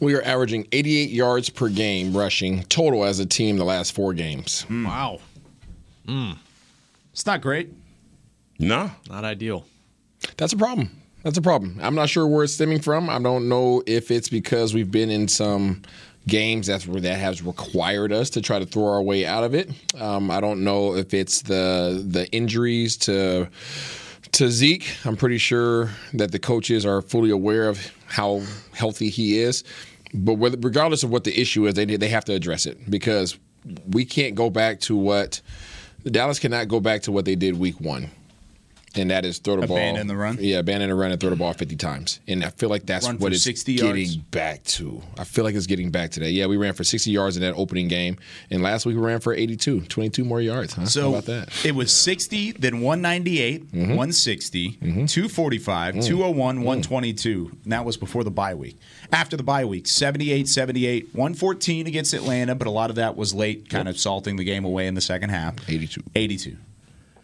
We are averaging 88 yards per game rushing total as a team the last four games.
Mm. Wow. Mm.
It's not great.
No.
Not ideal.
That's a problem. That's a problem. I'm not sure where it's stemming from. I don't know if it's because we've been in some games that's where that has required us to try to throw our way out of it. Um, I don't know if it's the the injuries to to Zeke. I'm pretty sure that the coaches are fully aware of how healthy he is, but whether, regardless of what the issue is, they they have to address it because we can't go back to what Dallas cannot go back to what they did week one and that is throw the
abandon
ball.
Abandon the run.
Yeah, abandon the run and throw the ball 50 times. And I feel like that's
run
what it's
60
getting
yards.
back to. I feel like it's getting back to that. Yeah, we ran for 60 yards in that opening game. And last week we ran for 82, 22 more yards. Huh?
So
How about that?
It was 60, then 198, mm-hmm. 160, mm-hmm. 245, mm-hmm. 201, 122. And that was before the bye week. After the bye week, 78, 78, 114 against Atlanta, but a lot of that was late, kind yep. of salting the game away in the second half.
82.
82.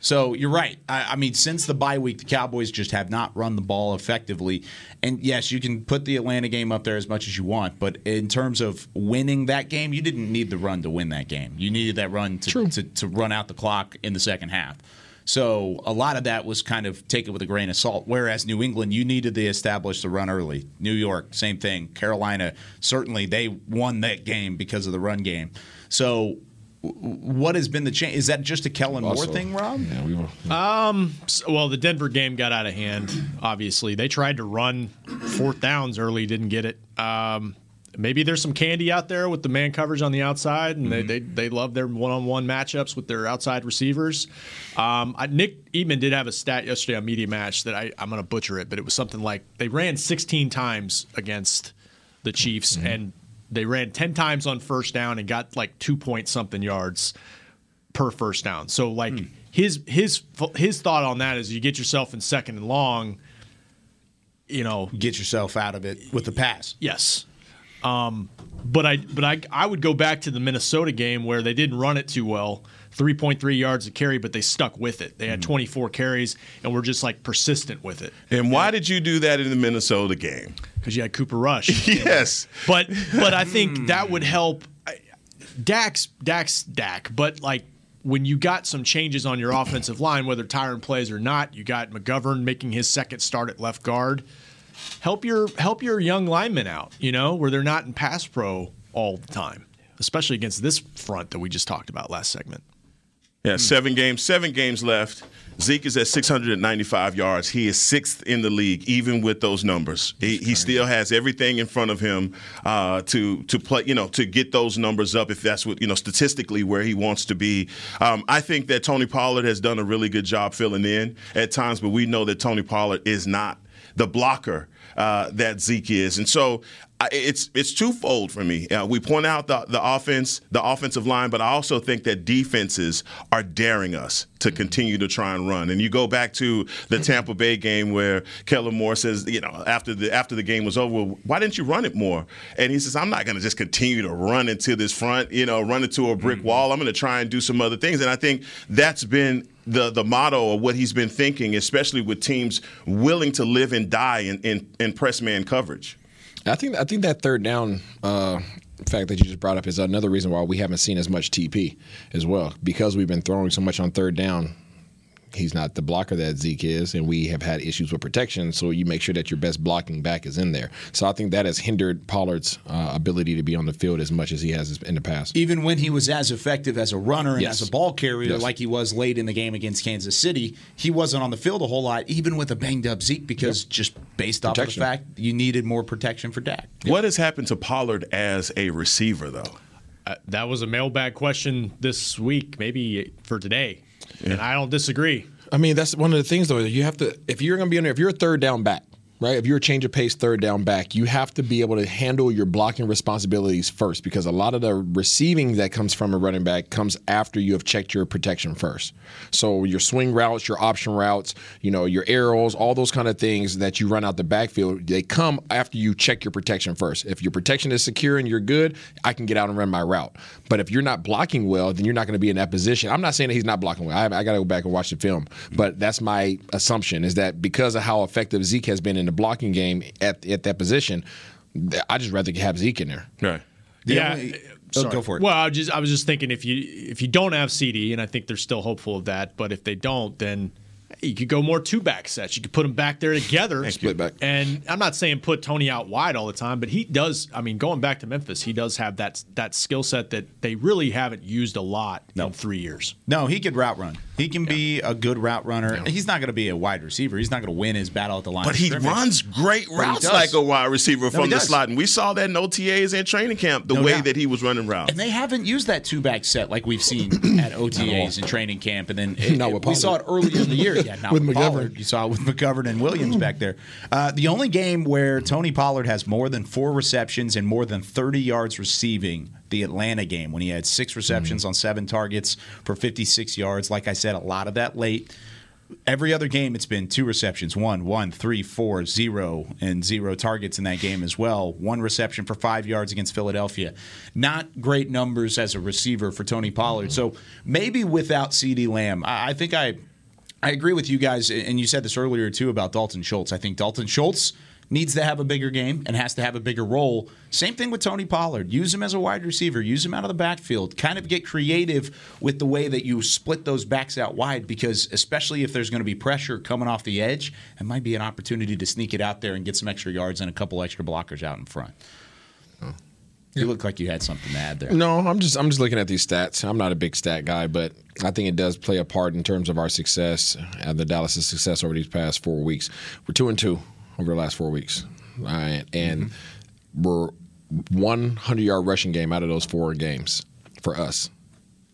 So you're right. I, I, mean, since the bye week, the Cowboys just have not run the ball effectively. And yes, you can put the Atlanta game up there as much as you want, but in terms of winning that game, you didn't need the run to win that game. You needed that run to, to, to, run out the clock in the second half. So a lot of that was kind of taken with a grain of salt. Whereas New England, you needed to establish the run early. New York, same thing. Carolina, certainly they won that game because of the run game. So w- what has been the change? Is that just a Kellen Moore
Also-
thing, Rob?
Yeah, we were.
Um. s- Well, the Denver game got out of hand. Obviously, they tried to run fourth downs early, didn't get it. Um. Maybe there's some candy out there with the man coverage on the outside, and they, they they love their one-on-one matchups with their outside receivers. Um, I, Nick Eatman did have a stat yesterday on media match that I, I'm going to butcher it, but it was something like they ran 16 times against the Chiefs, and they ran 10 times on first down and got like two point something yards per first down. So like his his his thought on that is you get yourself in second and long, you know,
get yourself out of it with the pass.
Yes. Um, but I but I I would go back to the Minnesota game where they didn't run it too well. 3.3 yards a carry, but they stuck with it. They had 24 carries and were just like persistent with it
And why did you do that in the Minnesota game?
because you had Cooper Rush.
yes.
But but I think that would help. I- Dax Dax Dak. But like when you got some changes on your offensive line, whether Tyron plays or not, you got McGovern making his second start at left guard. Help your help your young linemen out. You know where they're not in pass pro all the time, especially against this front that we just talked about last segment.
Yeah, seven games, seven games left. Zeke is at 695 yards. He is sixth in the league, even with those numbers. He, he still has everything in front of him uh, to to play, you know, to get those numbers up if that's what you know statistically where he wants to be. Um, I think that Tony Pollard has done a really good job filling in at times, but we know that Tony Pollard is not the blocker uh, that Zeke is, and so I- it's it's twofold for me. Uh, we point out the, the offense, the offensive line, but I also think that defenses are daring us to continue to try and run. And you go back to the Tampa Bay game where Keller Moore says, you know, after the after the game was over, well, why didn't you run it more? And he says, I'm not going to just continue to run into this front, you know, run into a brick wall. I'm going to try and do some other things. And I think that's been the the motto of what he's been thinking, especially with teams willing to live and die in in, in press man coverage.
I think I think that third down uh, fact that you just brought up is another reason why we haven't seen as much TP as well because we've been throwing so much on third down. He's not the blocker that Zeke is, and we have had issues with protection. So you make sure that your best blocking back is in there. So I think that has hindered Pollard's uh, ability to be on the field as much as he has in the past.
Even when he was as effective as a runner and
Yes.
as a ball carrier,
Yes.
like he was late in the game against Kansas City, he wasn't on the field a whole lot, even with a banged up Zeke, because just based off
Protection.
of the fact you needed more protection for Dak.
What has happened to Pollard as a receiver, though?
Uh, that was a mailbag question this week, maybe for today, and I don't disagree.
I mean, that's one of the things though. You have to if you're going to be in there, if you're a third down back, right? If you're a change of pace third down back, you have to be able to handle your blocking responsibilities first because a lot of the receiving that comes from a running back comes after you have checked your protection first. So your swing routes, your option routes, you know, your arrows, all those kind of things that you run out the backfield, they come after you check your protection first. If your protection is secure and you're good, I can get out and run my route. But if you're not blocking well, then you're not going to be in that position. I'm not saying that he's not blocking well. I, I got to go back and watch the film, but that's my assumption is that because of how effective Zeke has been in the blocking game at at that position, th- I just rather have Zeke in there.
Right.
yeah.
Uh,
only-
Sorry.
Oh, go for it.
Well, I was just I was just thinking if you if you don't have CD, and I think they're still hopeful of that, but if they don't, then you could go more two back sets. You could put them back there together, split
back.
And I'm not saying put Tony out wide all the time, but he does. I mean, going back to Memphis, he does have that that skill set that they really haven't used a lot in three years.
No, he could route run. He can be a good route runner. He's not going to be a wide receiver. He's not going to win his battle at the line.
But
of
he
scrimmage.
runs great
But he
routes
does.
like a wide receiver
No,
from
he
the
does.
slot. And we saw that in OTAs and training camp, the
No
way
doubt.
that he was running routes.
And they haven't used that two back set like we've seen at OTAs and training camp, and then it-
Not
it-
with
we saw it earlier in the year. Yeah, not with,
With McGovern.
Pollard. You saw it with McGovern and Williams back there. Uh, the only game where Tony Pollard has more than four receptions and more than 30 yards receiving, the Atlanta game when he had six receptions on seven targets for 56 yards. Like I said, a lot of that late. Every other game, it's been two receptions one, one, three, four, zero, and zero targets in that game as well. One reception for five yards against Philadelphia. Not great numbers as a receiver for Tony Pollard. So maybe without C.D. Lamb, I, I think I. I agree with you guys, and you said this earlier too about Dalton Schultz. I think Dalton Schultz needs to have a bigger game and has to have a bigger role. Same thing with Tony Pollard. Use him as a wide receiver, use him out of the backfield. Kind of get creative with the way that you split those backs out wide because, especially if there's going to be pressure coming off the edge, it might be an opportunity to sneak it out there and get some extra yards and a couple extra blockers out in front. You look like you had something to add there.
No, I'm just I'm just looking at these stats. I'm not a big stat guy, but I think it does play a part in terms of our success and the Dallas' success over these past four weeks. We're two and two over the last four weeks, All right, and
Mm-hmm.
we're one hundred yard rushing game out of those four games for us.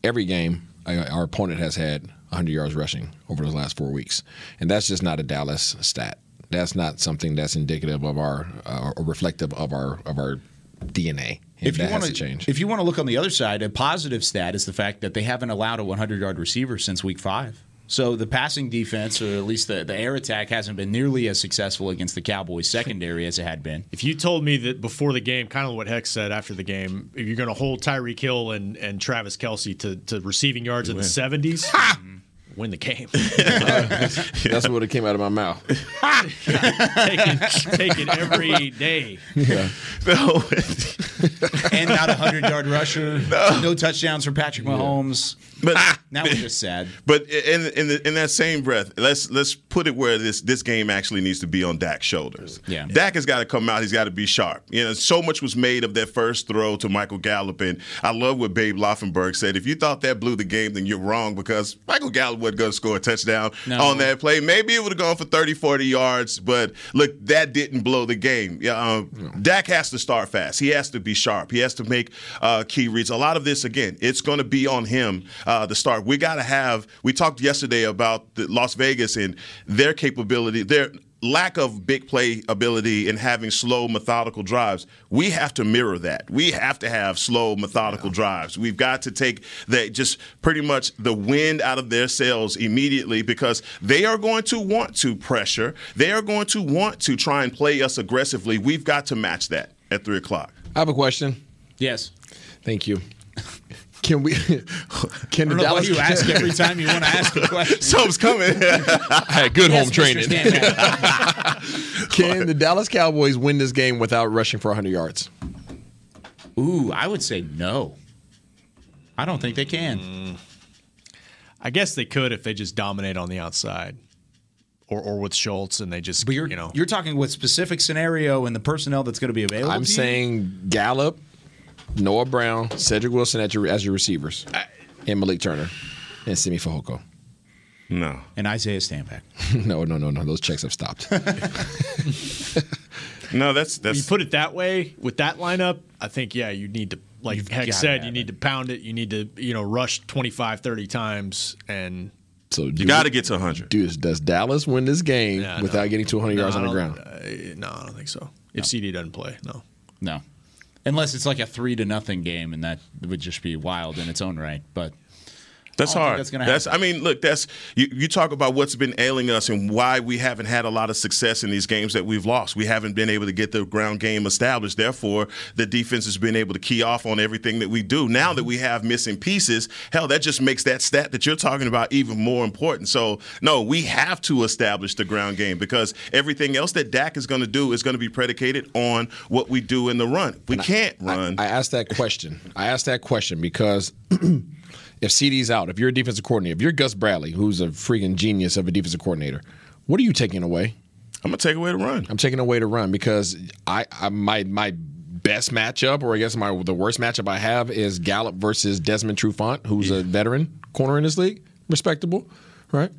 Every game uh, our opponent has had hundred yards rushing over those last four weeks, and that's just not a Dallas stat. That's not something that's indicative of our uh, or reflective of our of our DNA. And
If you
that
want
has to change.
if you want to look on the other side, a positive stat is the fact that they haven't allowed a 100 yard receiver since week five. So the passing defense, or at least the, the air attack, hasn't been nearly as successful against the Cowboys secondary as it had been.
If you told me that before the game, kind of what Heck said after the game, if you're going to hold Tyreek Hill and, and Travis Kelsey to, to receiving yards
You
in the
win.
70s, win the game.
That's what it came out of my mouth.
take, it, take it every day.
Yeah.
No.
and not a 100 yard rusher. No. touchdowns for Patrick Mahomes.
But
now we're just sad.
But in in, the, in that same breath, let's let's put it where this this game actually needs to be on Dak's shoulders.
Yeah.
Dak has got to come out. He's got to be sharp. You know, so much was made of that first throw to Michael Gallup, and I love what Babe Loffenberg said. If you thought that blew the game, then you're wrong because Michael Gallup wasn't going to score a touchdown
No.
on that play. Maybe it would have gone for 30, 40 yards, but look, that didn't blow the game. Yeah, um, Dak has to start fast. He has to be sharp. He has to make uh, key reads. A lot of this, again, it's going to be on him uh, to start. We got to have. We talked yesterday about the Las Vegas and their capability. Their lack of big play ability and having slow methodical drives we have to mirror that we have to have slow methodical drives we've got to take that just pretty much the wind out of their sails immediately because they are going to want to pressure they are going to want to try and play us aggressively we've got to match that at three o'clock
I have a question.
Yes.
Thank you. Can we?
I
Can the
don't know why
Dallas?
you ask every time you want to ask a question.
Something's coming.
hey, good
Yes,
home
Mr.
training.
Stanback.
Can the Dallas Cowboys win this game without rushing for 100 yards?
Ooh, I would say no. I don't think they can.
Mm,
I guess they could if they just dominate on the outside or, or with Schultz and they just, you know.
You're talking with specific scenario and the personnel that's going to be available.
I'm
to you?
saying Gallup, Noah Brown, Cedric Wilson at your, as your receivers, and Malik Turner, and Simi Fajoko.
No.
And Isaiah Stanback.
no, no, no, no. Those checks have stopped.
no, that's that's.
You put it that way with that lineup, I think yeah, you need to like Heck
gotta
said,
have
you need to pound it, you need to you know rush 25, 30 times, and
So
You gotta
get to 100.
Does, does Dallas win this game
Yeah,
without
no.
getting to 100
No,
yards
I
on the
don't-
ground?
uh, no, I don't think so. If CD doesn't play, no.
No. Unless it's like a three to nothing game, and that would just be wild in its own right. But
That's
I don't think
hard.
that's
That's,
gonna
I mean, look, that's you, you talk about what's been ailing us and why we haven't had a lot of success in these games that we've lost. We haven't been able to get the ground game established. Therefore, the defense has been able to key off on everything that we do. Now that we have missing pieces, hell, that just makes that stat that you're talking about even more important. So, no, we have to establish the ground game because everything else that Dak is going to do is going to be predicated on what we do in the run. We can't run.
I asked that question. I asked that question because if CD's out, if you're a defensive coordinator, if you're Gus Bradley, who's a freaking genius of a defensive coordinator, what are you taking away?
I'm gonna take away the run.
I'm taking away the run because I, I my my best matchup, or I guess my the worst matchup I have is Gallup versus Desmond Trufant, who's a veteran corner in this league, respectable, right?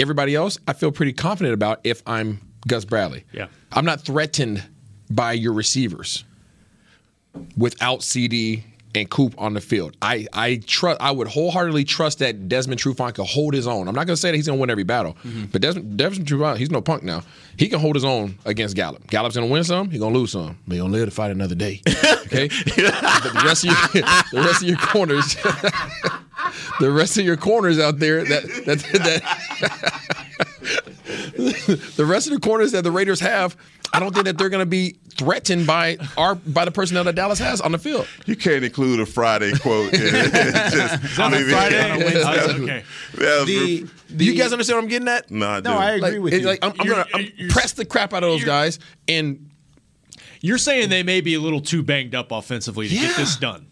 Everybody else, I feel pretty confident about if I'm Gus Bradley.
Yeah.
I'm not threatened by your receivers without CD and Coop on the field. I I trust. I would wholeheartedly trust that Desmond Trufant can hold his own. I'm not going to say that he's going to win every battle, but Desmond, Desmond Trufant, he's no punk now. He can hold his own against Gallup. Gallup's going to win some. He's going to lose some. But he's going to live to fight another day. Okay. But the rest of your the rest of your corners. The rest of your corners out there that that, that the rest of the corners that the Raiders have, I don't think that they're going to be threatened by our by the personnel that Dallas has on the field.
You can't include a Friday quote. It's just-
Is that a
I mean,
Friday?
yeah.
On a Wednesday?
That was-
Okay.
that was-
The- you guys understand what I'm getting at?
No, I No, do. I agree
Like,
with
it's
you.
Like I'm, I'm gonna I'm press the crap out of those guys, and
you're saying they may be a little too banged up offensively to get this done,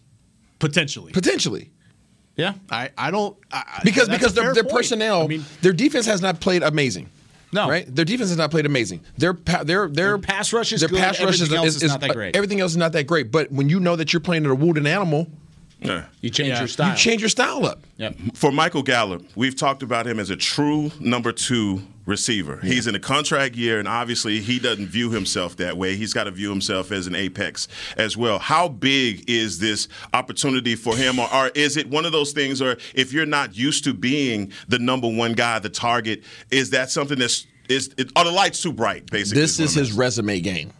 potentially.
Potentially,
yeah.
I I don't I, I-
because
that's
because
a
their,
fair
their
point.
personnel, their defense has not played amazing. No, right? Their defense has not played amazing. Their pa- their their,
pass rush is
their
good.
pass rush
Everything else is not that great.
Everything else is not that great. But when you know that you're playing a wounded animal,
you change your
You change your style up.
For Michael Gallup, we've talked about him as a true number two receiver. He's in a contract year, and obviously he doesn't view himself that way. He's got to view himself as an apex as well. How big is this opportunity for him, or, or is it one of those things? Or if you're not used to being the number one guy, the target, is that something that's is it, are the lights too bright? Basically,
This
what
is
I'm
his resume game.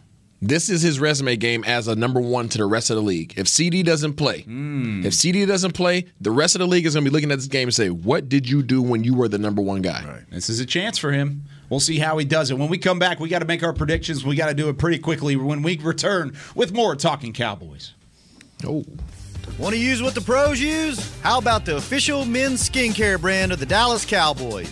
This is his resume game as a number one to the rest of the league. If CD doesn't play,
Hmm.
if CD doesn't play, the rest of the league is going to be looking at this game and say, "What did you do when you were the number one guy?"
This is a chance for him. We'll see how he does it. When we come back, we got to make our predictions. We got to do it pretty quickly when we return with more Talking Cowboys.
Oh.
Want to use what the pros use? How about the official men's skincare brand of the Dallas Cowboys,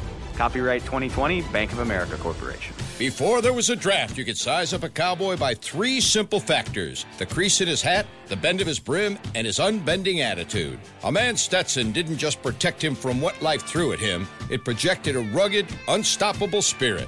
Copyright 2020, Bank of America Corporation.
Before there was a draft, you could size up a cowboy by three simple factors the crease in his hat, the bend of his brim, and his unbending attitude. A man Stetson didn't just protect him from what life threw at him, it projected a rugged, unstoppable spirit.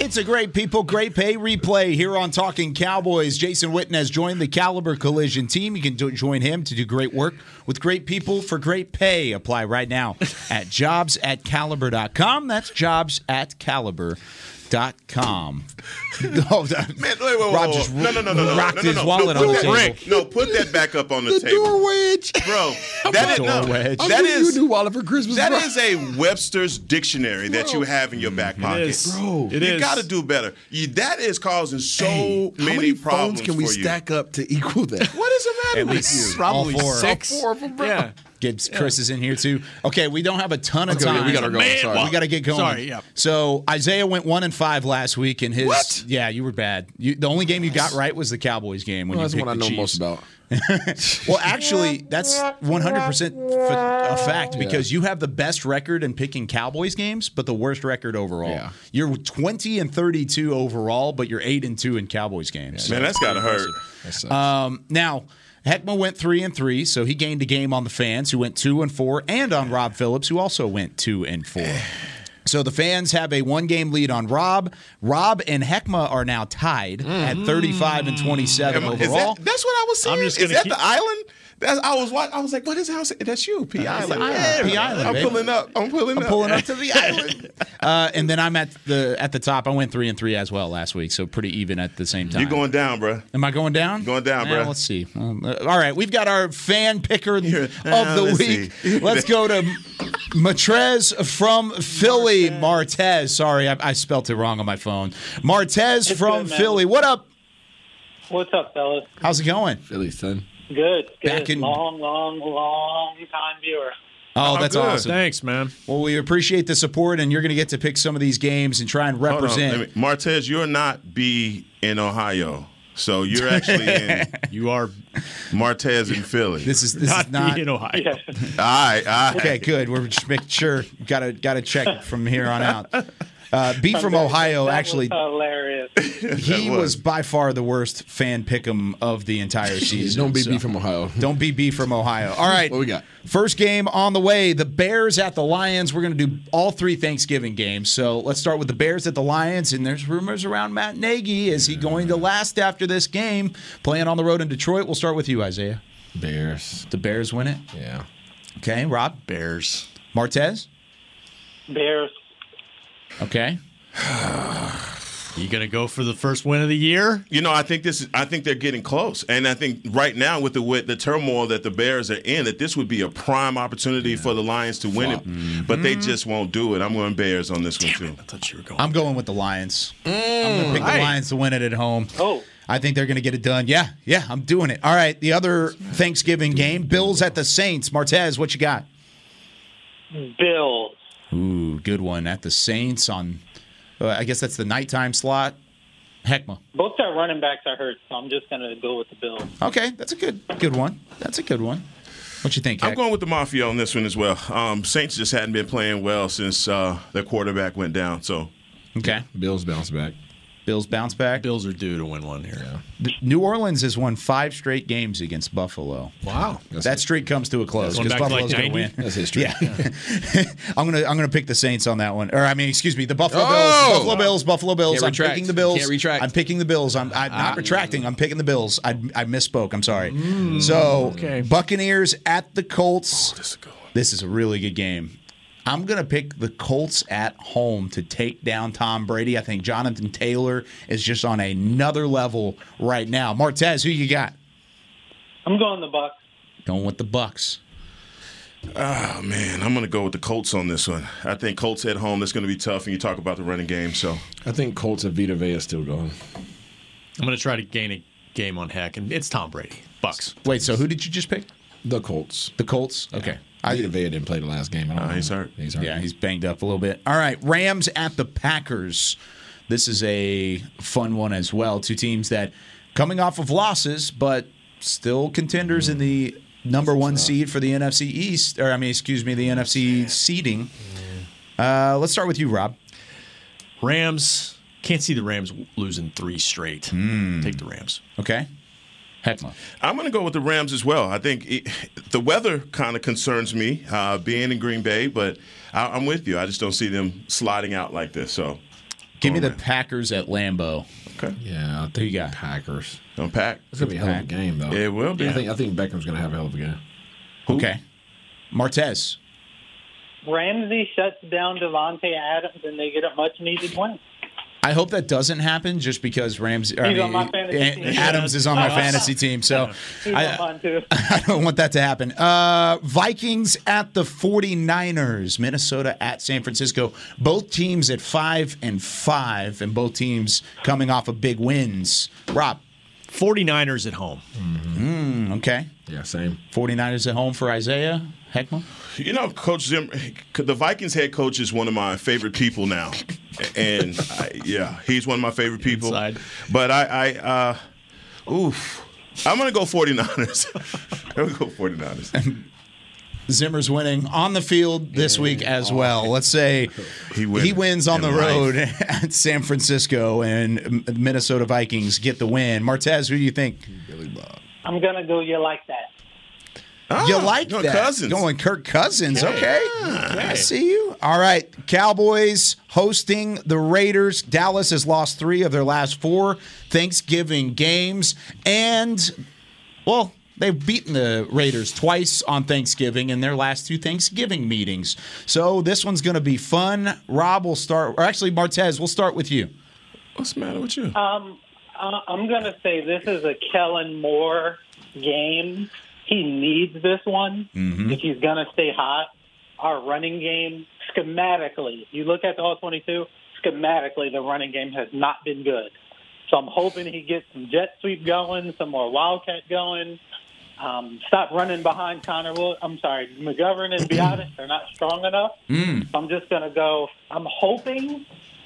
It's a great people, great pay replay here on Talking Cowboys. Jason Witten has joined the Caliber Collision team. You can do, join him to do great work with great people for great pay. Apply right now at jobs at caliber.com. That's jobs at caliber.com. Oh, that-
Man, wait, wait, wait,
Rob
wait,
just
wait. no, no, no, no, no,
rocked
no, no,
his
no.
wallet
no,
on the
put
table.
that- No, put that back up on the, table.
door wedge,
bro. That is no, that
you
is
do Oliver Christmas.
that
bro.
is a Webster's dictionary that you have in your back pocket,
is. Bro. It
you
is.
got to do better. You, that is causing so
Hey,
many,
how many
problems
phones can we
for you.
stack up to equal that?
What is the matter
At
with
least
you?
probably All four. six.
All four of them, bro. Yeah.
Gibbs, Chris is in here too. Okay, we don't have a ton of
Okay,
time.
yeah, we gotta go. Man, Sorry.
we gotta get going.
Sorry, yeah.
So Isaiah went one and five last week, and his yeah, you were bad. You, the only game you got right was the Cowboys game when
Well,
you
that's the
picked
one
the
I know
Chiefs.
most about.
Well, actually, that's 100% f- a fact because you have the best record in picking Cowboys games, but the worst record overall. You're 20 and 32 overall, but you're 8 and 2 in Cowboys games.
Man, that's gotta hurt.
Impressive. Um, now, Heckma went 3 and 3, so he gained a game on the fans who went 2 and 4 and on Rob Phillips who also went 2 and 4. So the fans have a one-game lead on Rob. Rob and Heckma are now tied at 35 and 27
Mm-hmm. Am I- is that-
overall.
that's what I was saying.
I'm just
is
gonna
that
keep-
the island? That's, I was watching. I was like, what is that? That's you, P
That's
Island.
the island. P Island,
I'm
baby.
pulling up. I'm pulling
I'm
up.
pulling up to the island. Uh, and then I'm at the at the top. I went three and three as well last week, so pretty even at the same time.
You're going down, bro.
Am I going down?
Going down,
Well,
bro.
Let's see. Um, uh, all right, we've got our fan picker of
uh,
the
let's
week.
see.
Let's go to Matrez from Philly. Martez. Sorry, I, I spelt it wrong on my phone. Martez
It's
from
good, man.
Philly. What up?
What's up, fellas?
How's it going?
Philly, son.
Good. good.
Back in-
long, long, long time viewer.
Oh,
I'm
that's
good.
awesome.
Thanks, man.
Well, we appreciate the support, and you're going to get to pick some of these games and try and
Hold on,
represent.
let me- Martez, you're not B in Ohio. So you're actually in.
you are
Martez in Philly.
This is this is not
Ohio.
All right, all right.
Okay, good. We're just making sure. Got to got to check from here on out. Uh, B from Ohio actually
hilarious.
he was. by far the worst fan pick'em of the entire season.
Don't be
so-
B from Ohio.
Don't be B from Ohio. All right.
What we got?
First game on the way. The Bears at the Lions. We're going to do all three Thanksgiving games. So let's start with the Bears at the Lions. And there's rumors around Matt Nagy. Is he going to last after this game? Playing on the road in Detroit. We'll start with you, Isaiah.
Bears.
The Bears win it.
Yeah.
Okay, Rob.
Bears.
Martez.
Bears.
Okay.
You gonna go for the first win of the year?
You know, I think this is. I think they're getting close, and I think right now with the with the turmoil that the Bears are in, that this would be a prime opportunity for the Lions to win it,
Mm-hmm.
but they just won't do it. I'm going Bears on this one too. I
thought you were going.
I'm going with the Lions. I'm going to pick
Hey.
the Lions to win it at home.
Oh.
I think they're going to get it done. Yeah, yeah, I'm doing it. All right, the other Thanksgiving game, Bills at the Saints. Martez, what you got?
Bill.
Ooh, good one at the Saints on. Uh, I guess that's the nighttime slot. Heckma.
Both our running backs are hurt, so I'm just going to go with the Bills.
Okay, that's a good good one. That's a good one. What you think?
I'm going with the Mafia on this one as well. Um, Saints just hadn't been playing well since uh, their quarterback went down. So
Okay.
Bills bounce back.
Bills bounce back.
Bills are due to win one here.
The- New Orleans has won five straight games against Buffalo.
Wow.
that streak comes to a close
Going
because
back to, like,
Buffalo's going to
90?
win.
That's
history.
Yeah, I'm gonna I'm gonna pick the Saints on that one. Or I mean, excuse me, the Buffalo
Oh!
Bills. Buffalo Bills. Buffalo Bills.
Can't
I'm
retract.
picking the Bills.
Can't retract.
I'm picking the Bills. I'm, I'm not
Ah.
retracting. I'm picking the Bills. I, I misspoke. I'm sorry.
Mm,
so Buccaneers at the Colts.
Oh,
this is a really good game. I'm going to pick the Colts at home to take down Tom Brady. I think Jonathan Taylor is just on another level right now. Martez, who you got?
I'm going the Bucks.
Going with the Bucks.
Ah man, I'm going to go with the Colts on this one. I think Colts at home. That's going to be tough. And you talk about the running game. So
I think Colts and Vita Vea still going.
I'm gonna try to gain a game on Heck, and it's Tom Brady. Bucks.
Wait, so who did you just pick?
The Colts.
The Colts. Okay.
Vita Vea didn't play the last game. I don't know. He's hurt. He's hurt.
Yeah, he's banged up a little bit. All right, Rams at the Packers. This is a fun one as well. Two teams that coming off of losses, but still contenders in the number one seed for the NFC East, or I mean, excuse me, the NFC seeding. Uh, let's start with you, Rob.
Rams. Can't see the Rams losing three straight. Take the Rams.
Okay. Heckma.
I'm going to go with the Rams as well. I think it, the weather kind of concerns me, uh, being in Green Bay, but I, I'm with you. I just don't see them sliding out like this. So
Give me the Packers at Lambeau.
Okay.
Yeah, I
Who you
think
got?
Packers.
I'm packed.
It's gonna be a hell of a
Pack.
game though.
It will be.
I think I think Beckham's gonna have a hell of a game.
Okay. Martez.
Ramsey shuts down Devontae Adams, and they get a much needed win.
I hope that doesn't happen just because Rams I
He's
mean,
on my fantasy
eh,
team.
Adams is on my fantasy team, so
He's
I,
on mine, too.
I don't want that to happen. Uh, Vikings at the 49ers, Minnesota at San Francisco. Both teams at 5 and 5 and both teams coming off of big wins. Rob.
49ers at home.
Mm, okay.
Yeah, same.
49ers at home for Isaiah Heckman.
You know, Coach Zim, the Vikings head coach is one of my favorite people now, and I, yeah, he's one of my favorite people. But I, I uh, oof, I'm gonna go 49ers. I'm gonna go 49ers.
Zimmer's winning on the field this week as well. Let's say he,
win
wins on
Oh. in
the
life.
road at San Francisco and M- Minnesota Vikings get the win. Martez, who do you think?
I'm going to go you like that.
you like
Ah, no,
that?
Cousins.
Going Kirk Cousins. Okay. I see you. All right. Cowboys hosting the Raiders. Dallas has lost three of their last four Thanksgiving games. And, well, they've beaten the Raiders twice on Thanksgiving in their last two Thanksgiving meetings. So this one's going to be fun. Rob will start, or actually, Martez, we'll start with you.
What's the matter with you?
Um, I- I'm going to say this is a Kellen Moore game. He needs this one if he's going to stay hot. Our running game, schematically, if you look at the all 22, schematically, the running game has not been good. So I'm hoping he gets some jet sweep going, some more wildcat going, Um, stop running behind Connor. Will- I'm sorry, McGovern and Biotis. They're not strong enough.
Mm.
So I'm just going to go. I'm hoping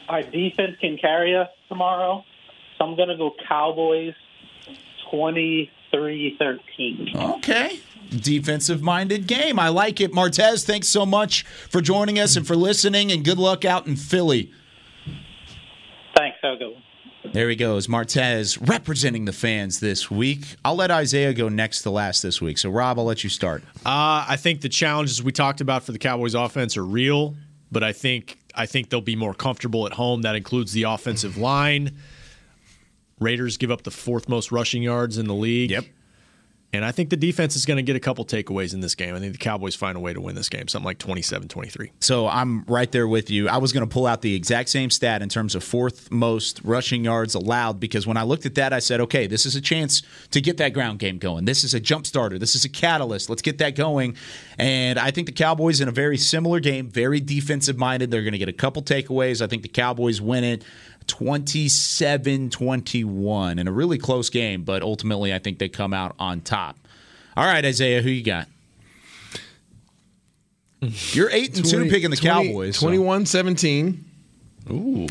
our defense can carry us tomorrow. So I'm going to go Cowboys 23 13.
Okay. Defensive minded game. I like it. Martez, thanks so much for joining us and for listening, and good luck out in Philly.
Thanks. Have a good one.
There he goes. Martez representing the fans this week. I'll let Isaiah go next to last this week. So, Rob, I'll let you start.
Uh, I think the challenges we talked about for the Cowboys offense are real, but I think I think they'll be more comfortable at home. That includes the offensive line. Raiders give up the fourth most rushing yards in the league. Yep. And I think the defense is going to get a couple takeaways in this game. I think the Cowboys find a way to win this game, something like 27 23.
So I'm right there with you. I was going to pull out the exact same stat in terms of fourth most rushing yards allowed because when I looked at that, I said, okay, this is a chance to get that ground game going. This is a jump starter. This is a catalyst. Let's get that going. And I think the Cowboys in a very similar game, very defensive minded. They're going to get a couple takeaways. I think the Cowboys win it. 27 21 in a really close game, but ultimately I think they come out on top. All right, Isaiah, who you got? You're 8 and 2 picking the Cowboys. so-
21 17. Ooh.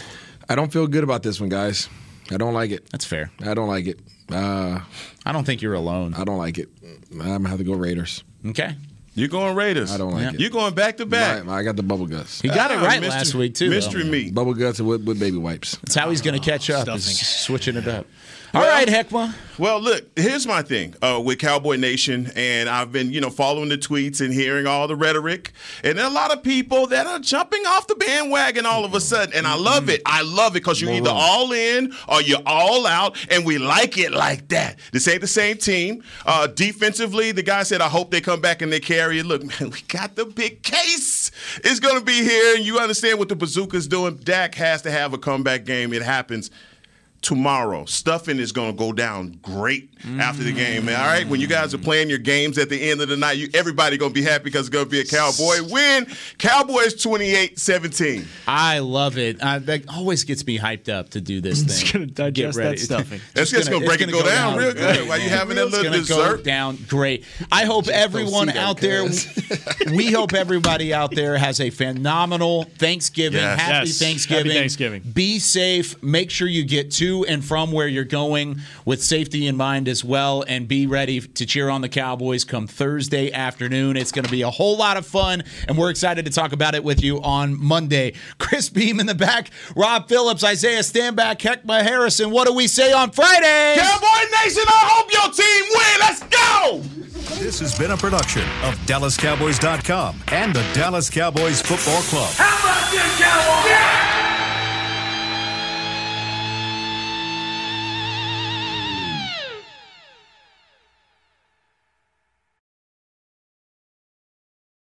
I don't feel good about this one, guys. I don't like it.
That's fair.
I don't like it. Uh,
I don't think you're alone.
Uh,
I don't like it. I'm going to have to go Raiders.
Okay.
You're going Raiders.
I don't like
Yeah.
it.
You're going back to back.
I got the bubble guts.
He
uh,
got it Ah, right mystery- last week, too, mystery though.
meat.
Bubble guts with, with baby wipes.
That's how he's going to catch up, is switching it up. All
All
right,
right,
Heckma.
Well, look, here's my thing uh, with Cowboy Nation, and I've been, you know, following the tweets and hearing all the rhetoric, and there are a lot of people that are jumping off the bandwagon all of a sudden, and I love it. I love it because you're either all in or you're all out, and we like it like that. This ain't the same team. Uh, defensively, the guy said, "I hope they come back and they carry it." Look, man, we got the big case. It's gonna be here, and you understand what the bazooka's doing. Dak has to have a comeback game. It happens tomorrow. Stuffing is going to go down great after the game, man. All right, when you guys are playing your games at the end of the night, you everybody going to be happy because it's going to be a Cowboy win. Cowboys 28-17.
I love it. I, that always gets me hyped up to do this thing.
gonna digest
Get ready.
that stuffing.
That's just gonna break
it's
it go down real good
great,
while you
man.
having that
It's
little
gonna go
dessert.
down great. I hope everyone
that,
out there, we hope everybody out there has a phenomenal Thanksgiving.
Yes.
Happy
Yes.
Thanksgiving.
Happy Thanksgiving.
Be safe. Make sure you get to and from where you're going with safety in mind as well, and be ready to cheer on the Cowboys come Thursday afternoon. It's going to be a whole lot of fun, and we're excited to talk about it with you on Monday. Chris Beam in the back, Rob Phillips, Isaiah Standback, Heckma Harrison. What do we say on Friday?
Cowboy Nation, I hope your team win. Let's go!
This has been a production of DallasCowboys.com and the Dallas Cowboys Football Club.
How about this, Cowboys? Yeah!